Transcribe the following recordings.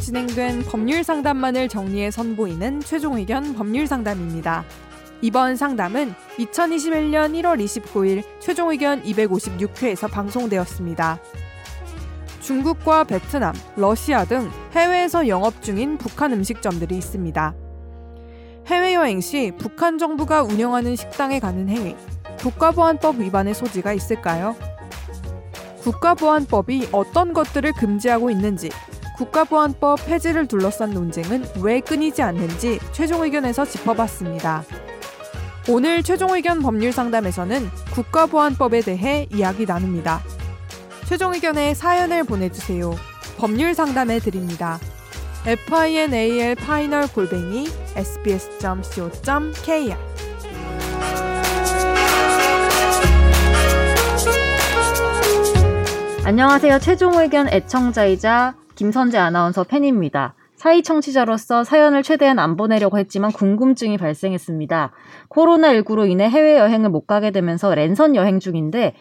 진행된 법률 상담만을 정리해 선보이는 최종 의견 법률 상담입니다. 이번 상담은 2021년 1월 29일 최종 의견 256회에서 방송되었습니다. 중국과 베트남, 러시아 등 해외에서 영업 중인 북한 음식점들이 있습니다. 해외여행 시 북한 정부가 운영하는 식당에 가는 행위, 국가보안법 위반의 소지가 있을까요? 국가보안법이 어떤 것들을 금지하고 있는지, 국가보안법 폐지를 둘러싼 논쟁은 왜 끊이지 않는지 최종 의견에서 짚어봤습니다. 오늘 최종 의견 법률 상담에서는 국가보안법에 대해 이야기 나눕니다. 최종 의견에 사연을 보내주세요. 법률 상담해 드립니다. final 파이널 골뱅이 sbs.co.kr 안녕하세요. 최종 의견 애청자이자 김선재 아나운서 팬입니다. 사이 청취자로서 사연을 최대한 안 보내려고 했지만 궁금증이 발생했습니다. 코로나19로 인해 해외여행을 못 가게 되면서 랜선 여행 중인데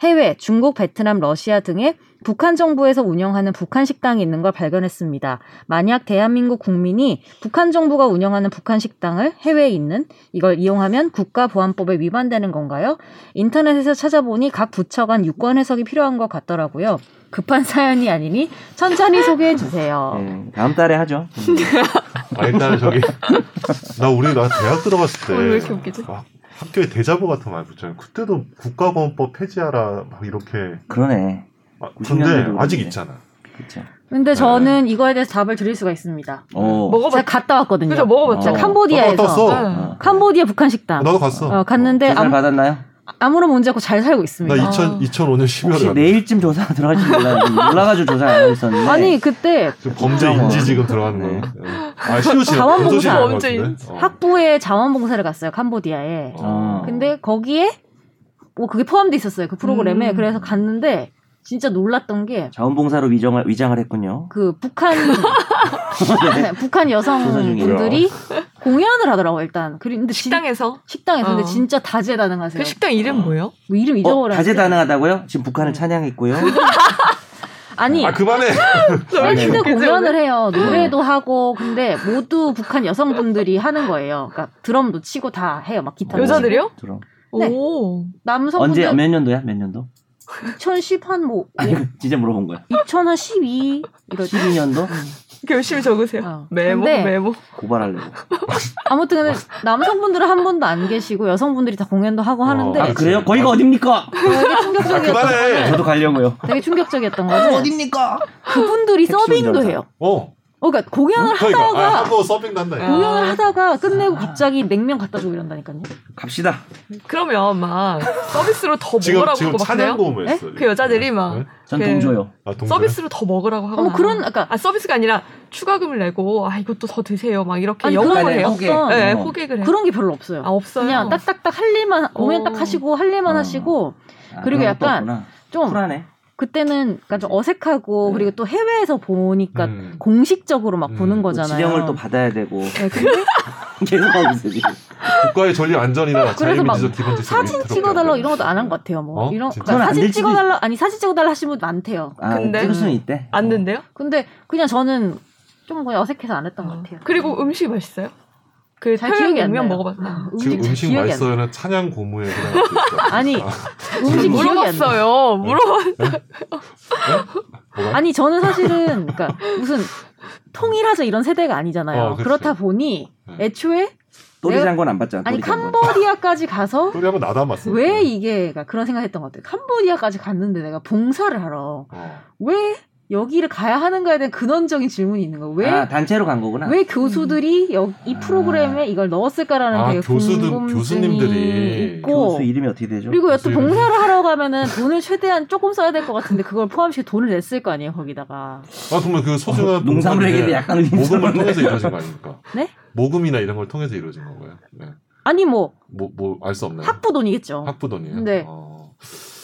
해외, 중국, 베트남, 러시아 등의 북한 정부에서 운영하는 북한 식당이 있는 걸 발견했습니다. 만약 대한민국 국민이 북한 정부가 운영하는 북한 식당을 해외에 있는 이걸 이용하면 국가보안법에 위반되는 건가요? 인터넷에서 찾아보니 각 부처 간 유권 해석이 필요한 것 같더라고요. 급한 사연이 아니니 천천히 소개해 주세요. 네, 다음 달에 하죠. 아, 일단 저기 나 우리 나 대학 들어갔을 때 오늘 왜 이렇게 웃기지? 막 학교에 대자보 같은 말 붙잖아요. 그때도 국가보안법 폐지하라 막 이렇게 그러네. 막 90년대도 근데 아직 그랬는데. 있잖아. 그렇죠. 근데 저는 네. 이거에 대해서 답을 드릴 수가 있습니다. 어. 뭐 먹어봤 제가 갔다 왔거든요. 그죠 먹어봤죠. 어. 제가 나도 캄보디아에서 뭐. 갔어. 네. 어. 캄보디아 북한 식당 나도 갔어. 어, 갔는데 조사를 아무, 받았나요? 아무런 문제 없고 잘 살고 나 어. 있습니다. 2000, 2005년 12월에 혹시 갔 내일쯤 조사 들어갈지 몰랐는데 몰라가지고 조사 안 하고 있었는데. 아니 그때 지금 범죄 어. 인지 지금 들어가는 네. 거. 네. 아, 시효시효. 자원봉사. 범죄 어. 학부에 자원봉사를 갔어요 캄보디아에. 어. 근데 거기에 뭐 그게 포함돼 있었어요 그 프로그램에. 음. 그래서 갔는데 진짜 놀랐던 게 그 자원봉사로 위정을 위장을 했군요. 북한 네, 북한 조사 중이에요. 여성분들이 공연을 하더라고 요 일단. 그리- 근데 진- 식당에서 식당에서 근데 어. 진짜 다재다능하세요. 그 식당 이름 뭐예요? 뭐 이름 어, 잊어버려. 다재다능하다고요? 지금 네. 북한을 찬양했고요. 아니 아, 그만해. 왜 이렇게 밴드 웃기지, 공연을 오늘? 음. 해요. 노래도 하고 근데 모두 북한 여성분들이 하는 거예요. 그러니까 드럼도 치고 다 해요. 막 기타. 여자들이요? 들어. 네. 오. 남성분들 아, 언제 몇 년도야? 몇 년도? 2010한뭐 아니 진짜 물어본 거야. 2012 이런 12년도 음. 이렇게 열심히 적으세요. 네. 어. 아, 메모 근데 메모. 고발하려고. 아무튼 근데 남성분들은 한 번도 안 계시고 여성분들이 다 공연도 하고 하는데 어, 아 그래요? 거기가 어딥니까? 되게 아, 충격적이었던 그만해. 네. 저도 가려고요. 되게 충격적이었던 거는 어딥니까? 그분들이 택시 서빙도 운전사. 해요. 어. 어, 그러니까 공연을 그러니까. 아, 하다가 한국 서빙 난다. 이거. 공연을 하다가 끝내고 갑자기 냉면 갖다 주고 이런다니까요. 갑시다. 그러면 막 서비스로 더 지금 먹으라고 지금 하고 어, 막 그래요? 찬양고음을 네? 했어. 그 여자들이 막 네? 전 그- 동조요. 아, 동생. 서비스로 더 먹으라고 하거나. 어머 그런 그러니까 아 서비스가 아니라 추가금을 내고 아 이것도 더 드세요 막 이렇게 아니, 영업을 그러네. 해요. 호객. 어. 네, 어. 호객을 해. 그런 게 별로 없어요. 아 없어요. 그냥 딱딱딱 할 일만 공연 딱 어. 하시고 할 일만 어. 하시고 아, 그리고 그런 것도 약간 없구나. 좀 쿨하네. 그때는 약간 좀 어색하고 음. 그리고 또 해외에서 보니까 음. 공식적으로 막 음. 보는 뭐 거잖아요. 지령을 또 받아야 되고 네, 근데 계속 하고 있어 지금. 국가의 전립 안전이나 아, 그래서 막 자유민주적 기본 질서 사진 찍어달라 이런 것도 안 한 것 같아요. 뭐 어? 이런 진짜? 그러니까 그건 안될 사진 수도 찍어달라 아니 사진 찍어달라 하신 분 많대요. 아, 근데- 찍을 수는 있대. 어. 안 된대요? 근데 그냥 저는 좀 그냥 어색해서 안 했던 것 같아요. 그리고 음식 맛있어요? 그 잘 기억이 안 평양냉면 나요. 먹어봤나? 아, 지금 잘 음식 기억이 안 나요. 맛있어요는 찬양 고무에 그냥 있어. 아니 아, 음식 기억이 안 나요. 물어봤어요. 물어봤. 뭐가? 아니 저는 사실은 그러니까 무슨 통일하자 이런 세대가 아니잖아요. 어, 그치. 그렇다 보니 네. 애초에 또리 내가- 장군 안 받잖아. 아니 또리 장군. 캄보디아까지 가서 소리 한번 나담았어. 왜 이게 그러니까 그런 생각했던 것 같아요. 캄보디아까지 갔는데 내가 봉사를 하러 어. 왜 여기를 가야 하는가에 대한 근원적인 질문이 있는 거예요. 왜? 아, 단체로 간 거구나. 왜 교수들이 여- 이 아. 프로그램에 이걸 넣었을까라는 아, 되게 교수들, 궁금증이 교수님들이 있고 그 교수 이름이 어떻게 되죠? 그리고 여튼 교수 이름이- 봉사를 하러 가면은 돈을 최대한 조금 써야 될 것 같은데 그걸 포함시켜 돈을 냈을 거 아니에요 거기다가 아 그러면 그 소중한 어, 농산물에게도 약간 모금을 의심스러운데. 네, 통해서 이루어진 거 아닙니까? 네? 모금이나 이런 걸 통해서 이루어진 건가요? 네. 아니 뭐 뭐뭐 알 수 없나요? 학부 돈이겠죠. 네. 학부 돈이에요. 네. 어.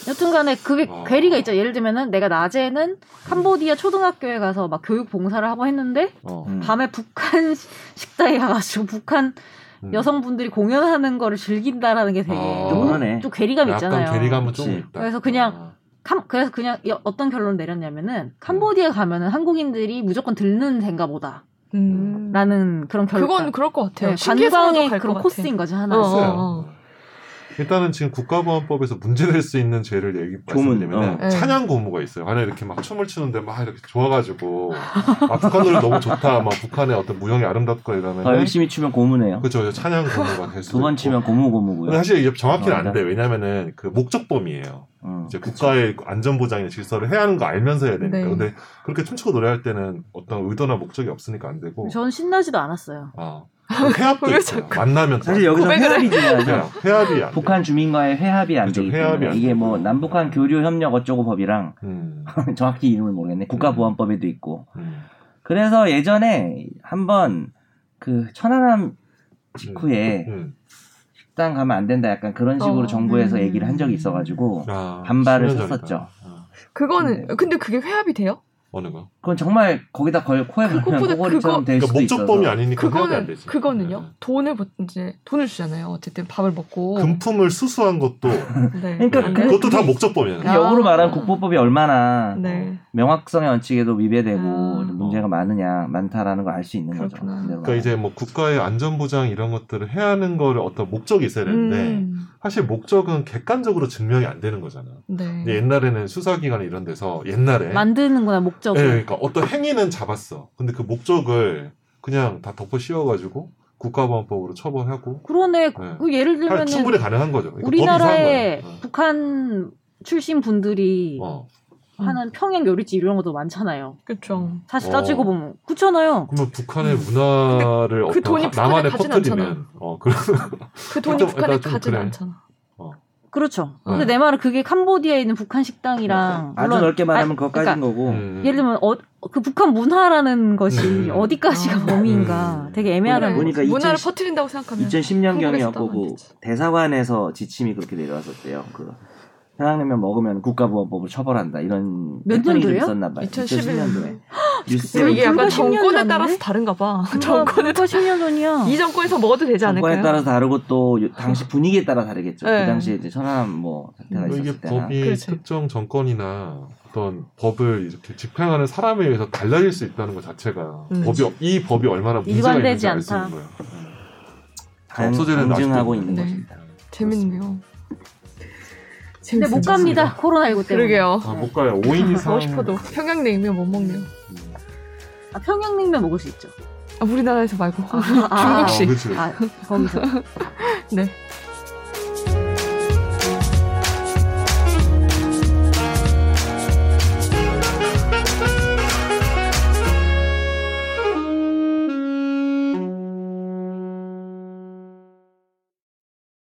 여튼간에 그게 어. 괴리가 있죠. 예를 들면은 내가 낮에는 캄보디아 초등학교에 가서 막 교육 봉사를 하고 했는데 어. 음. 밤에 북한 시- 식당에 가가지고 북한 음. 여성분들이 공연하는 거를 즐긴다라는 게 되게 어. 좀, 그러네. 좀 괴리감 약간 있잖아요. 괴리감은 그치. 좀 있다. 아. 그래서 그냥 캄- 그래서 그냥 여- 어떤 결론을 내렸냐면은 음. 캄보디아 가면은 한국인들이 무조건 들는 데인가 보다라는 음. 그런 결론. 그건 그럴 것 같아요. 네, 신기해서라도 관광의 갈것 그런 같아. 코스인 거지 하나. 어, 어. 일단은 지금 국가보안법에서 문제될 수 있는 죄를 얘기 조문, 말씀드리면 어. 찬양 고무가 있어요. 만약 이렇게 막 춤을 추는데 막 이렇게 좋아가지고 아 북한 노래 너무 좋다, 막 북한의 어떤 무형이 아름답고 이러면 더 열심히 추면 고무네요. 그렇죠, 찬양 고무가 될 수도 두 번 있고. 치면 고무고무고요. 근데 사실 이게 정확히는 어, 안 돼. 왜냐면은 그 목적범이에요. 음. 이제 국가의 안전보장이나 질서를 해야 하는 거 알면서 해야 되니까. 네. 근데 그렇게 춤추고 노래할 때는 어떤 의도나 목적이 없으니까 안 되고. 전 신나지도 않았어요. 아. 해합도 왜 있어요. 만나면 또 사실 여기서 고백을 회합이 중요하죠. 해합, 해합이 안 돼. 북한 주민과의 회합이 안 그죠, 되기 회합이 때문에 안 이게 되고. 뭐 남북한 교류 협력 어쩌고 법이랑 음, 정확히 이름을 모르겠네. 국가보안법에도 있고. 음. 그래서 예전에 한번 그 천안함 직후에 음. 식당 가면 안 된다 약간 그런 식으로 어, 정부에서 음. 얘기를 한 적이 있어가지고 아, 반발을 10년 전이다. 샀었죠. 아, 그거는 네. 근데 그게 회합이 돼요? 어느 거? 그건 정말 거기다 걸 코에 그것보다 걸면 꼬리처럼 그거- 될 그러니까 수도 있어서 목적범이 아니니까 해합이 안 그거는 되지. 그거는요. 네. 돈을 버- 이제 돈을 주잖아요. 어쨌든 밥을 먹고. 금품을 수수한 것도 네. 그러니까 네. 안 돼요? 그것도 다 그게- 목적범이에요. 그 역으로 말하면 아. 국보법이 얼마나 네. 명확성의 원칙에도 위배되고 아. 문제가 많으냐 많다라는 걸 알 수 있는 거죠. 그렇구나. 반대로 그러니까 이제 뭐 국가의 안전 보장 이런 것들을 해야 하는 거를 어떤 목적이 있어야 되는데 음, 사실 목적은 객관적으로 증명이 안 되는 거잖아. 네. 근데 옛날에는 수사기관 이런 데서 옛날에 만드는구나 목적을. 예, 그러니까 어떤 행위는 잡았어. 근데 그 목적을 그냥 다 덮어 씌워가지고 국가보안법으로 처벌하고 그러네. 네. 그 예를 들면 충분히 가능한 거죠. 그러니까 법이 우리나라에 이상한 거예요. 북한 출신 분들이 어. 하는 평양 요리집 이런 것도 많잖아요. 그렇죠. 사실 어. 따지고 보면 그렇잖아요. 그러면 뭐 북한의 문화를 음. 그 어떤 돈이 하- 북한에 나만의 가진 퍼뜨리는 않잖아. 어, 그런 그 돈이 좀- 북한에 나좀 가진 그래. 않잖아. 그렇죠. 근데 네. 내 말은 그게 캄보디아에 있는 북한 식당이랑 네. 아주 물론 넓게 말하면 뭐. 아, 그것까지인 거고 음. 예를 들면 어, 그 북한 문화라는 것이 음. 어디까지가 아. 범위인가 음. 되게 애매하다는 그래. 거. 보니까 문화를 2010 퍼뜨린다고 생각하면 2010년경이었고 한국에서도 그 안 되지. 대사관에서 지침이 그렇게 내려왔었대요. 그 평양냉면 먹으면 국가보안법을 처벌한다 이런 몇 패턴이 좀 년도예요? 있었나 봐요. 2011 2011년도에 그리고 이게 뉴스에 약간 불과 10년 정권에 전이네? 따라서 다른가 봐. 정권에 따- 어, 10년 전이야. 이 정권에서 먹어도 되지 않을까요? 정권에 따라 다르고 또 요- 당시 분위기에 따라 다르겠죠. 네. 그 당시에 이제 천안 뭐 사태가 그러니까 있었을 이게 때나 법이 그렇죠. 특정 정권이나 어떤 법을 이렇게 집행하는 사람에 의해서 달라질 수 있다는 것 자체가 음. 법이 이 법이 얼마나 문제가 일관되지 있는지 알 수 않다. 있는 거예요. 음. 단- 없어지는 검증하고 아직도 음, 있는 네. 것입니다. 재밌네요. 근데 못 갑니다. 코로나19 때문에. 그러게요. 아, 못 가요. 5인 이상. 음. 가고 싶어도 평양냉면 못 먹네요. 아, 평양냉면 먹을 수 있죠. 아, 우리나라에서 말고. 아, 아, 중국식. 어, 그치. 아, 거기서. 네.